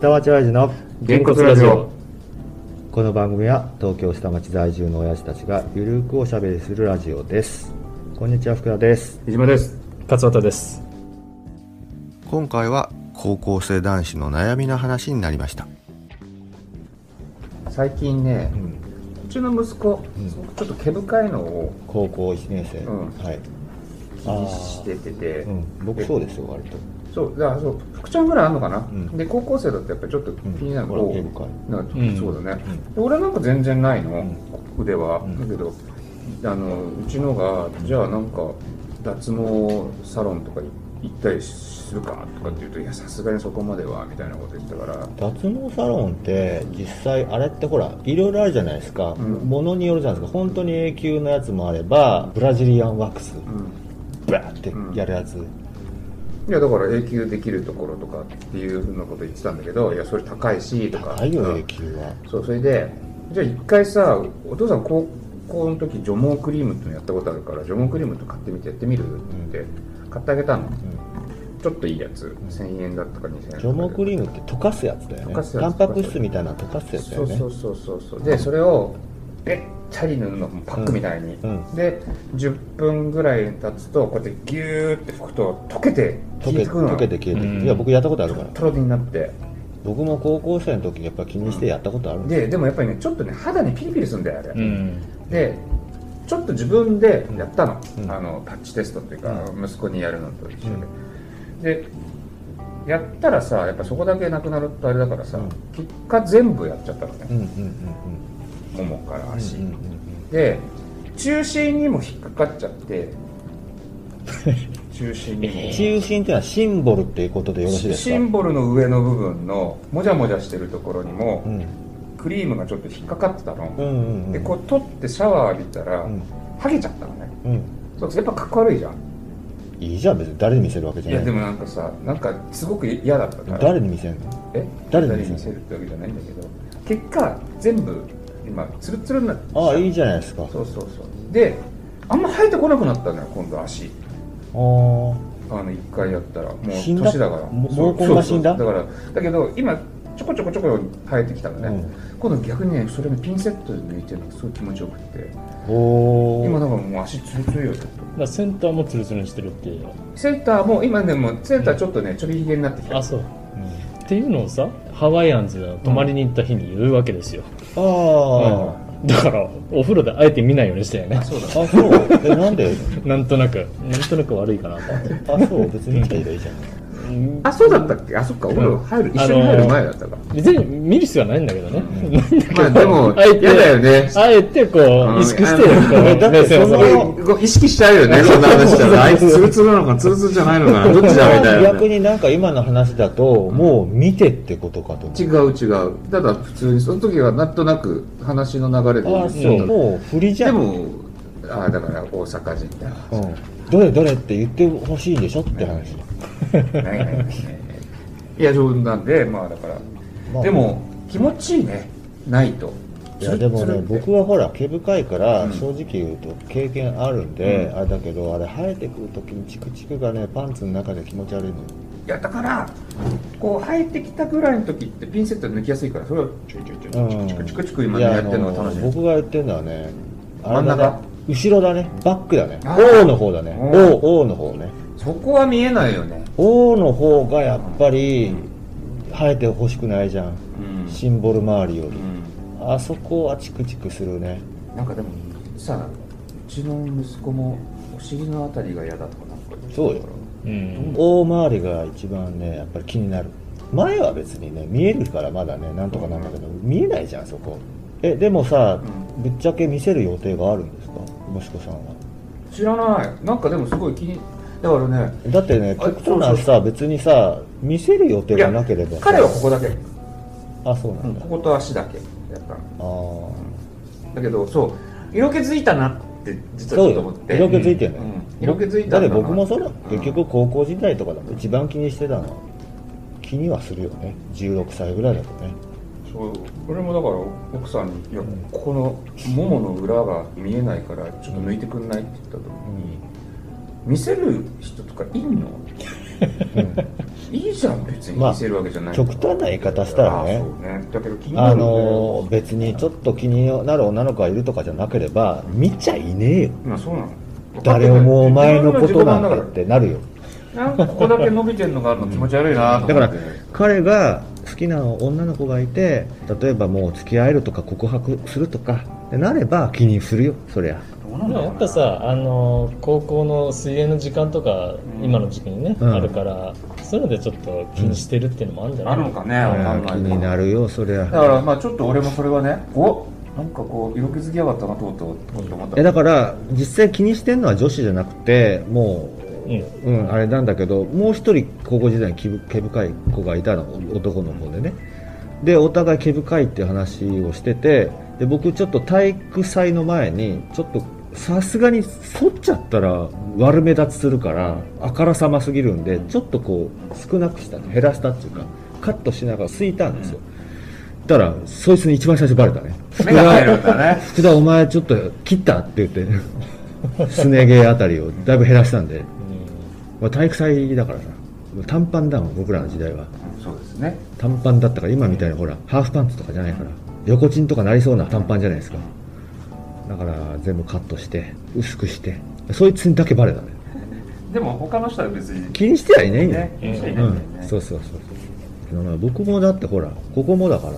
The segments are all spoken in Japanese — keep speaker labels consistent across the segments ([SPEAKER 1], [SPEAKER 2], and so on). [SPEAKER 1] 下町ライジの
[SPEAKER 2] げんこつラジオ
[SPEAKER 1] この番組は東京下町在住の親父たちがゆるくおしゃべりするラジオですこんにちは福田です
[SPEAKER 2] 江島です
[SPEAKER 3] 勝俣です
[SPEAKER 4] 今回は高校生男子の悩みの話になりました
[SPEAKER 5] 最近ね、うちの息子、すごくちょっと毛深いのを
[SPEAKER 1] 高校1年生、
[SPEAKER 5] うん
[SPEAKER 1] はい、
[SPEAKER 5] 気にしててて
[SPEAKER 1] う、ん、僕そうですよ割と
[SPEAKER 5] そうだからそう福ちゃんぐらいあるのかな、
[SPEAKER 1] ん
[SPEAKER 5] で高校生だってやっぱりちょっと気になる
[SPEAKER 1] ほ
[SPEAKER 5] の
[SPEAKER 1] ら
[SPEAKER 5] を、
[SPEAKER 1] 毛深い
[SPEAKER 5] なんか
[SPEAKER 3] うん
[SPEAKER 5] そうだね、で俺なんか全然ないの、腕は、だけどあのうちのがじゃあなんか脱毛サロンとか行ったりするかとかって言うと、いやさすがにそこまではみたいなこと言ってたから
[SPEAKER 1] 脱毛サロンって実際あれってほらいろいろあるじゃないですか、
[SPEAKER 5] ん
[SPEAKER 1] ものによるじゃないですか本当に永久のやつもあればブラジリアンワックス
[SPEAKER 5] うん
[SPEAKER 1] ブラーってやるやつ、
[SPEAKER 5] いやだから永久できるところとかっていうふうなこと言ってたんだけどいやそれ高いしとか
[SPEAKER 1] 高いよ
[SPEAKER 5] うん
[SPEAKER 1] 永久は
[SPEAKER 5] そうそれでじゃあ一回さお父さん高校の時除毛クリームってのやったことあるから除毛クリームって買ってみてやってみるって言って買ってあげたの、ちょっといいやつ1000円だったか2000円だったか
[SPEAKER 1] 除毛クリームって溶かすやつだよね
[SPEAKER 5] 溶かすやつ
[SPEAKER 1] タンパク質みたいなの溶かすやつだ
[SPEAKER 5] そ
[SPEAKER 1] よ
[SPEAKER 5] う
[SPEAKER 1] ね
[SPEAKER 5] そうそうそうそうでそれをべったり塗るのパックみたいに、
[SPEAKER 1] うんう
[SPEAKER 5] で10分ぐらい経つとこうやってギューって拭くと溶けて
[SPEAKER 1] 溶
[SPEAKER 5] 消
[SPEAKER 1] け
[SPEAKER 5] えてくの
[SPEAKER 1] 溶
[SPEAKER 5] よ
[SPEAKER 1] けて消えてく
[SPEAKER 3] うん
[SPEAKER 1] いや僕やったことあるから
[SPEAKER 5] トロになって
[SPEAKER 1] 僕も高校生の時やっぱ気にしてやったことあるんですよ
[SPEAKER 5] ででもやっぱりねちょっとね肌にピリピリするんだよあれ、
[SPEAKER 3] うん
[SPEAKER 5] でちょっと自分でやったの,、
[SPEAKER 1] うん
[SPEAKER 5] あのパッチテストっていうか、息子にやるのと一緒で、でやったらさやっぱそこだけなくなるとあれだからさ、
[SPEAKER 1] うん
[SPEAKER 5] 結果全部やっちゃったのね
[SPEAKER 1] うんうんうん
[SPEAKER 5] ももから足、
[SPEAKER 1] うんうんうん
[SPEAKER 5] で中心にも引っかかっちゃって 中心にも
[SPEAKER 1] うん中心っていうのはシンボルっていうことでよろしいです
[SPEAKER 5] シ
[SPEAKER 1] か
[SPEAKER 5] ンボルの上の部分のもじゃもじゃしてるところにも、
[SPEAKER 1] うん
[SPEAKER 5] クリームがちょっと引っかかってたの、
[SPEAKER 1] うんうんうん
[SPEAKER 5] でこう取ってシャワー浴びたら、
[SPEAKER 1] うん
[SPEAKER 5] ハゲちゃったのね
[SPEAKER 1] うん
[SPEAKER 5] そうやっぱかっこ悪いじゃん
[SPEAKER 1] いいじゃん別に誰に見せるわけじ
[SPEAKER 5] い
[SPEAKER 1] ゃな
[SPEAKER 5] や
[SPEAKER 1] い
[SPEAKER 5] でもなんかさなんかすごく嫌だったから
[SPEAKER 1] 誰に見せるの
[SPEAKER 5] え
[SPEAKER 1] 誰に
[SPEAKER 5] 誰に見せるってわけじゃないんだけど結果全部今ツルツルになって
[SPEAKER 1] ああいいじゃないですかあ
[SPEAKER 5] そうそうそうであんま生えてこなくなったのよ今度足
[SPEAKER 1] あ
[SPEAKER 5] あの一回やったらもう
[SPEAKER 1] 死ん
[SPEAKER 5] 年
[SPEAKER 1] だ
[SPEAKER 5] だから
[SPEAKER 1] も
[SPEAKER 5] そう
[SPEAKER 1] 毛根が死んだ
[SPEAKER 5] そうそうだからだけど今ちょこちょこちょこ生えてきたのね、
[SPEAKER 1] うん
[SPEAKER 5] 今度逆にねそれをピンセットで抜いてるのがすごい気持ちよくって
[SPEAKER 1] お
[SPEAKER 5] 今
[SPEAKER 1] お
[SPEAKER 5] だからもう足ツルツルよちょっ
[SPEAKER 3] だ
[SPEAKER 5] と
[SPEAKER 3] からセンターもツルツルにしてるっていう
[SPEAKER 5] センターも今でもセンターちょっとねちょびひげになってきた
[SPEAKER 3] あそう、っていうのをさハワイアンズが泊まりに行った日に言うわけですよ、
[SPEAKER 1] あ
[SPEAKER 3] だからお風呂であえて見ないようにしたよね
[SPEAKER 5] そうだ
[SPEAKER 1] ああそうえなんで
[SPEAKER 3] なんとなくなんとなく悪いかなと思 って
[SPEAKER 1] あそう別に来たらいいじゃん
[SPEAKER 5] あ、そうだったっけあ、そっか、お風呂入る、一緒に入る前だったか。
[SPEAKER 3] 別に見る必要は ないんだけどね、
[SPEAKER 5] まあ、でも、
[SPEAKER 3] あえて
[SPEAKER 5] 嫌だよね。
[SPEAKER 3] あえてこ
[SPEAKER 5] う
[SPEAKER 3] うん意識してる
[SPEAKER 1] あのだ
[SPEAKER 3] こ
[SPEAKER 1] って
[SPEAKER 3] う目線を
[SPEAKER 1] その
[SPEAKER 3] さ
[SPEAKER 5] ご意識しちゃうよね、そんな話し たら。あいつ、ツルツルなのか、ツルツルじゃないのかな、 どっちだみたいな
[SPEAKER 1] 逆。になんか今の話だともう見てってことかと思う
[SPEAKER 5] 違う違う。ただ、普通に、その時はなんとなく話の流れで
[SPEAKER 1] ああそう、
[SPEAKER 5] 言って
[SPEAKER 1] もう振りじ
[SPEAKER 5] た。
[SPEAKER 1] ゃ
[SPEAKER 5] で
[SPEAKER 1] ん、
[SPEAKER 5] も、ああ、だから、大阪人だ。
[SPEAKER 1] うん、どれどれって言ってほしいんでしょって話、
[SPEAKER 5] ないないないいや、冗談で、まあ、だから。
[SPEAKER 1] まあ
[SPEAKER 5] でも、気持ちいいね、ないと。
[SPEAKER 1] いやでもね僕はほら毛深いから
[SPEAKER 5] うん
[SPEAKER 1] 正直言うと経験あるんで、
[SPEAKER 5] うん
[SPEAKER 1] あれだけどあれ生えてくる時にチクチクがねパンツの中で気持ち悪いのよ
[SPEAKER 5] いやだからこう生えてきたぐらいの時ってピンセットで抜きやすいからそれをチクチクチクチクチクチク今ねやってるのが楽しい
[SPEAKER 1] いやあの僕が言ってるのはねあれだ
[SPEAKER 5] 真ん
[SPEAKER 1] ね
[SPEAKER 5] 中
[SPEAKER 1] 後ろだねバックだね
[SPEAKER 5] あー
[SPEAKER 1] O の方だね
[SPEAKER 5] うん
[SPEAKER 1] O, o の方ね
[SPEAKER 5] そこは見えないよね
[SPEAKER 1] O の方がやっぱり生えてほしくないじゃん
[SPEAKER 5] うん、
[SPEAKER 1] シンボル周りよ
[SPEAKER 5] う
[SPEAKER 1] り
[SPEAKER 5] ん、
[SPEAKER 1] あそこはチクチクするね
[SPEAKER 5] なんかでもさうちの息子もお尻のあたりが嫌だとかなんか
[SPEAKER 1] そうよ
[SPEAKER 3] うん
[SPEAKER 1] 大回りが一番ねやっぱり気になる前は別にね見えるからまだねなんとかなんだけど見えないじゃんそこえでもさぶっちゃけ見せる予定があるんですか息子さんは
[SPEAKER 5] 知らないなんかでもすごい気にだからね
[SPEAKER 1] だってね
[SPEAKER 5] あそうそう
[SPEAKER 1] こんなんさ別にさ見せる予定がなければさ
[SPEAKER 5] 彼はここだけ、
[SPEAKER 1] あそうな
[SPEAKER 5] うんん、
[SPEAKER 1] だ、
[SPEAKER 5] ここと足だけやったの
[SPEAKER 1] あ
[SPEAKER 5] だけどそう色気づいたなって
[SPEAKER 1] あ
[SPEAKER 5] 実は
[SPEAKER 1] そ
[SPEAKER 5] ち
[SPEAKER 1] うよ
[SPEAKER 5] ょっと思って
[SPEAKER 1] 色気づいてね、
[SPEAKER 5] うん色気づいた
[SPEAKER 1] だっ
[SPEAKER 5] ん
[SPEAKER 1] て
[SPEAKER 5] だな
[SPEAKER 1] 僕もそうだ、
[SPEAKER 5] ん
[SPEAKER 1] 結局高校時代とかだと一番気にしてたのは気にはするよね16歳ぐらいだとね
[SPEAKER 5] そう俺もだから奥さんに「いやここのももの裏が見えないからちょっと抜いてくんない?」って言った時に「見せる人とかいんの?」いいじゃん別に
[SPEAKER 1] まあ
[SPEAKER 5] 見せるわけじゃない、
[SPEAKER 1] 極端な言い方したらね
[SPEAKER 5] あそうねだけど気にな
[SPEAKER 1] あ
[SPEAKER 5] るんだよ
[SPEAKER 1] の別にちょっと気になる女の子がいるとかじゃなければ見ちゃいねえよ
[SPEAKER 5] まあそうなの
[SPEAKER 1] 誰もお前のことなんてってなるよ
[SPEAKER 5] なんかここだけ伸びてんのがあるの気持ち悪いなと思って。
[SPEAKER 1] 彼が好きな女の子がいて例えばもう付き合えるとか告白するとかでなれば気にするよそりゃ
[SPEAKER 5] どうなんだ
[SPEAKER 3] まあ
[SPEAKER 5] ろう
[SPEAKER 3] や
[SPEAKER 5] な
[SPEAKER 3] っぱ、さあの高校の水泳の時間とか、
[SPEAKER 5] うん
[SPEAKER 3] 今の時期にね、
[SPEAKER 1] うん
[SPEAKER 3] あるからそういうのでちょっと気にしてるっていうのもあるんじゃない、
[SPEAKER 5] あるのかね、
[SPEAKER 1] そり
[SPEAKER 5] わ
[SPEAKER 1] ゃ
[SPEAKER 5] か
[SPEAKER 1] 気
[SPEAKER 5] んない
[SPEAKER 1] になるよそり
[SPEAKER 5] だか
[SPEAKER 1] ゃ
[SPEAKER 5] らまあちょっと俺もそれはね、おなんかこう色気づきやがったなとうとうと思った。
[SPEAKER 1] えだから実際気にしてんのは女子じゃなくても
[SPEAKER 3] うん
[SPEAKER 1] う、うん、あれなんだけどもう一人高校時代に毛毛深い子がいたの男の子でねでお互い毛深いっていう話をしててで僕ちょっと体育祭の前にちょっとさすがに反っちゃったら悪目立ちするからあからさますぎるんでちょっとこう少なくしたの減らしたっていうかカットしながらすいたんですよだからそいつに一番最初バレたね
[SPEAKER 5] 目が入るんだね。
[SPEAKER 1] 福田お前ちょっと切ったって言って すね毛あたりをだいぶ減らしたんで、まあ、体育祭だからさ短パンだもん僕らの時代は
[SPEAKER 5] そうですね。
[SPEAKER 1] 短パンだったから今みたいにほらハーフパンツとかじゃないから横チンとかなりそうな短パンじゃないですかだから全部カットして薄くしてそいつにだけバレたね
[SPEAKER 5] でも他の人は別に。
[SPEAKER 1] 気にしてはいないんだよ、
[SPEAKER 5] ね、気にしていな
[SPEAKER 1] う
[SPEAKER 5] い
[SPEAKER 1] ん
[SPEAKER 5] んだよね。
[SPEAKER 1] そうそうそうそうまあ僕もだってほらここもだから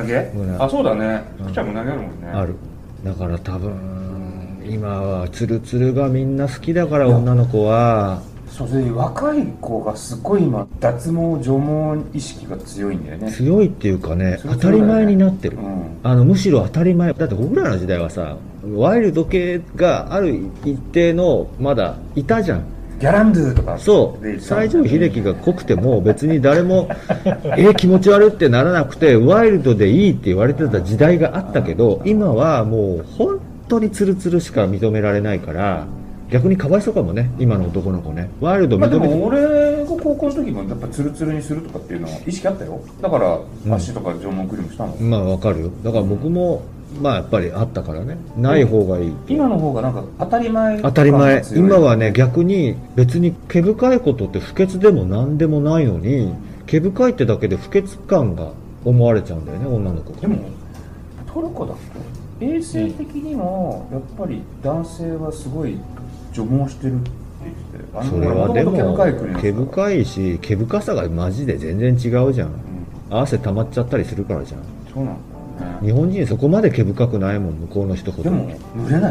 [SPEAKER 5] 胸毛
[SPEAKER 1] 胸
[SPEAKER 5] あ、そうだね。
[SPEAKER 1] うん
[SPEAKER 5] ピッチャー胸毛あるもんね。
[SPEAKER 1] あるだから多分今はツルツルがみんな好きだから女の子は
[SPEAKER 5] そうそれに若い子がすごい今、脱毛、除毛意識が強いんだよね。
[SPEAKER 1] 強いっていうかね当
[SPEAKER 5] それは
[SPEAKER 1] た
[SPEAKER 5] そうだ
[SPEAKER 1] り
[SPEAKER 5] よね
[SPEAKER 1] 前になってる、
[SPEAKER 5] うん。
[SPEAKER 1] あのむしろ当たり前だって僕らの時代はさワイルド系がある一定のまだいたじゃん
[SPEAKER 5] ギャランドゥとか。
[SPEAKER 1] そう
[SPEAKER 5] で
[SPEAKER 1] 西城秀樹が濃くても別に誰 もえー気持ち悪いってならなくてワイルドでいいって言われてた時代があったけど今はもう本当にツルツルしか認められないから逆にかわいそうかもね今の男の子ねワイルド
[SPEAKER 5] まあで
[SPEAKER 1] 認めて
[SPEAKER 5] も俺が高校の時もやっぱツルツルにするとかっていうのは意識あったよだから
[SPEAKER 1] うん
[SPEAKER 5] 足とか縄文クリームしたの、ん、
[SPEAKER 1] まあわかるよだから僕もまあやっぱりあったからねない方がいい
[SPEAKER 5] 今の方がなんか当たり前
[SPEAKER 1] 当たり
[SPEAKER 5] 感
[SPEAKER 1] 前
[SPEAKER 5] が強い
[SPEAKER 1] 今はね逆に別に毛深いことって不潔でも何でもないのに毛深いってだけで不潔感が思われちゃうんだよね女の子
[SPEAKER 5] でもトルコだっけ衛生的にもやっぱり男性はすごい除毛してるって言ってたよあの
[SPEAKER 1] それは
[SPEAKER 5] ほ
[SPEAKER 1] で
[SPEAKER 5] ら元
[SPEAKER 1] も
[SPEAKER 5] 々毛深い国なん
[SPEAKER 1] 毛
[SPEAKER 5] ですから
[SPEAKER 1] 深いし毛深さがマジで全然違うじゃん汗溜まっちゃったりするからじゃん
[SPEAKER 5] うんそうなんだよね
[SPEAKER 1] 日本人そこまで毛深くないもん向こうの人ほ
[SPEAKER 5] で
[SPEAKER 1] ど
[SPEAKER 5] も蒸れないよやっ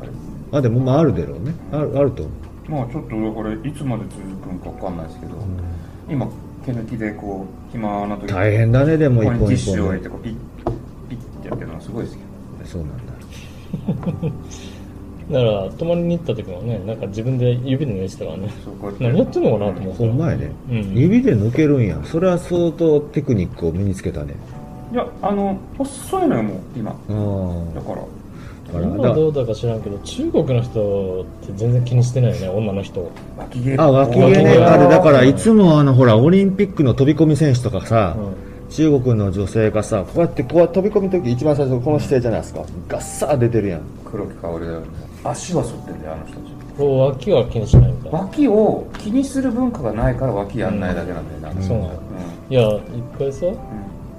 [SPEAKER 5] ぱり
[SPEAKER 1] あでもまああるだろうねあるあると思う
[SPEAKER 5] まあちょっとこれいつまで続くのか分かんないですけど、今毛抜きでこう暇な時
[SPEAKER 1] 大変だねでも
[SPEAKER 5] こ
[SPEAKER 1] 一
[SPEAKER 5] こにティ
[SPEAKER 1] 本
[SPEAKER 5] ッ
[SPEAKER 1] 一
[SPEAKER 5] シュを
[SPEAKER 1] 本
[SPEAKER 5] 置い
[SPEAKER 1] ね
[SPEAKER 5] てこうピッピッってやってるのがすごいですけど
[SPEAKER 1] そうなんだ
[SPEAKER 3] だから泊まりに行った時もねなんか自分で指でねしてたからね
[SPEAKER 5] そうこうやって
[SPEAKER 3] 何やってんのかなと思って
[SPEAKER 1] ほんまやね、
[SPEAKER 3] うん
[SPEAKER 1] 指で抜けるんやそれは相当テクニックを身につけたね
[SPEAKER 5] いやあの細いのよもう今
[SPEAKER 1] あ
[SPEAKER 5] だ
[SPEAKER 1] あ
[SPEAKER 5] から
[SPEAKER 1] だから
[SPEAKER 3] 今どうだか知らんけど中国の人って全然気にしてないよね女の人
[SPEAKER 5] 脇毛
[SPEAKER 1] あ、脇毛
[SPEAKER 3] 脇
[SPEAKER 1] ね、
[SPEAKER 3] 毛は
[SPEAKER 1] あれだからいつもあのほらオリンピックの飛び込み選手とかさ、
[SPEAKER 3] う
[SPEAKER 1] 中国の女性がさ、こうやってこう飛び込みの時一番最初この姿勢じゃないですか、ガッサー出てるやん、
[SPEAKER 5] 黒木香織だよね足は反ってんだよあの人たち
[SPEAKER 3] ん脇は気にしないみたいな
[SPEAKER 5] 脇を気にする文化がないから脇やんないだけなんだよな、うん
[SPEAKER 3] そうなのいや一回さ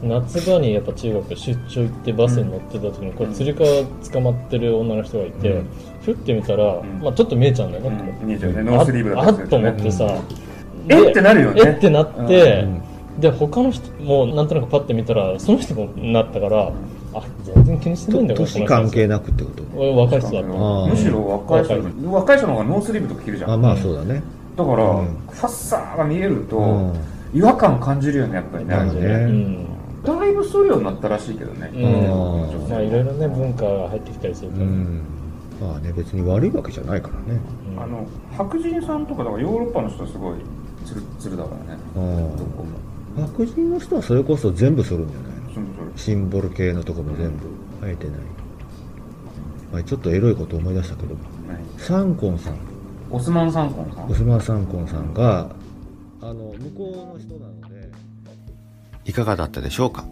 [SPEAKER 3] 夏場にやっぱ中学出張行ってバスに乗ってた時にこれ釣り革捕まってる女の人がいて、
[SPEAKER 1] うん
[SPEAKER 3] ふって見たら、
[SPEAKER 5] ん
[SPEAKER 3] まあ、ちょっと見えちゃうんだよ
[SPEAKER 5] うん
[SPEAKER 3] ね、
[SPEAKER 5] うん見えちゃうねノースリーブ
[SPEAKER 3] あ
[SPEAKER 5] だった
[SPEAKER 3] あ
[SPEAKER 5] りす
[SPEAKER 3] っと
[SPEAKER 5] るとね
[SPEAKER 3] 思ってさ、で
[SPEAKER 5] えってなるよね
[SPEAKER 3] えってなって、
[SPEAKER 1] うん
[SPEAKER 3] で他の人もなんとなくパッて見たらその人もなったからあ全然気にしてないんだ
[SPEAKER 1] と
[SPEAKER 3] よ
[SPEAKER 1] 年関係
[SPEAKER 3] な
[SPEAKER 1] な
[SPEAKER 3] い
[SPEAKER 1] くってこと
[SPEAKER 3] 俺若い人だった
[SPEAKER 1] あー
[SPEAKER 5] むしろ若い人
[SPEAKER 3] 若
[SPEAKER 5] 若い人の方がノースリーブとか着るじゃん
[SPEAKER 1] あまあそうだね、
[SPEAKER 5] だから、
[SPEAKER 1] うん
[SPEAKER 5] ファッサーが見えると、
[SPEAKER 1] うん
[SPEAKER 5] 違和感感じるよねやっぱりね、
[SPEAKER 1] なるほどね
[SPEAKER 3] うん
[SPEAKER 5] だいぶするようになったらしいけどね、
[SPEAKER 3] うん
[SPEAKER 5] 女性
[SPEAKER 3] まあいろいろね文化が入ってきたりする
[SPEAKER 1] う
[SPEAKER 3] から、
[SPEAKER 1] ん、まあね、別に悪いわけじゃないからね、
[SPEAKER 3] うん
[SPEAKER 5] あの白人さんとかだからヨーロッパの人はすごいつるつるだからね
[SPEAKER 1] うん
[SPEAKER 5] どこも
[SPEAKER 1] 白人の人はそれこそ全部するんじゃないの
[SPEAKER 5] そのそれ
[SPEAKER 1] シンボル系のとこも全部生えてない、まあ、ちょっとエロいこと思い出したけど、
[SPEAKER 5] 何
[SPEAKER 1] サンコンさん、
[SPEAKER 5] オスマン・サンコンさん
[SPEAKER 1] オスマン・サンコンさんが、あの向こうの人なので。
[SPEAKER 4] いかがだったでしょうか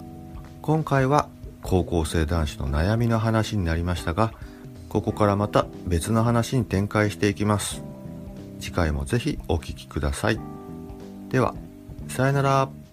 [SPEAKER 4] 今回は高校生男子の悩みの話になりましたがここからまた別の話に展開していきます次回もぜひお聞きくださいでは
[SPEAKER 1] さよなら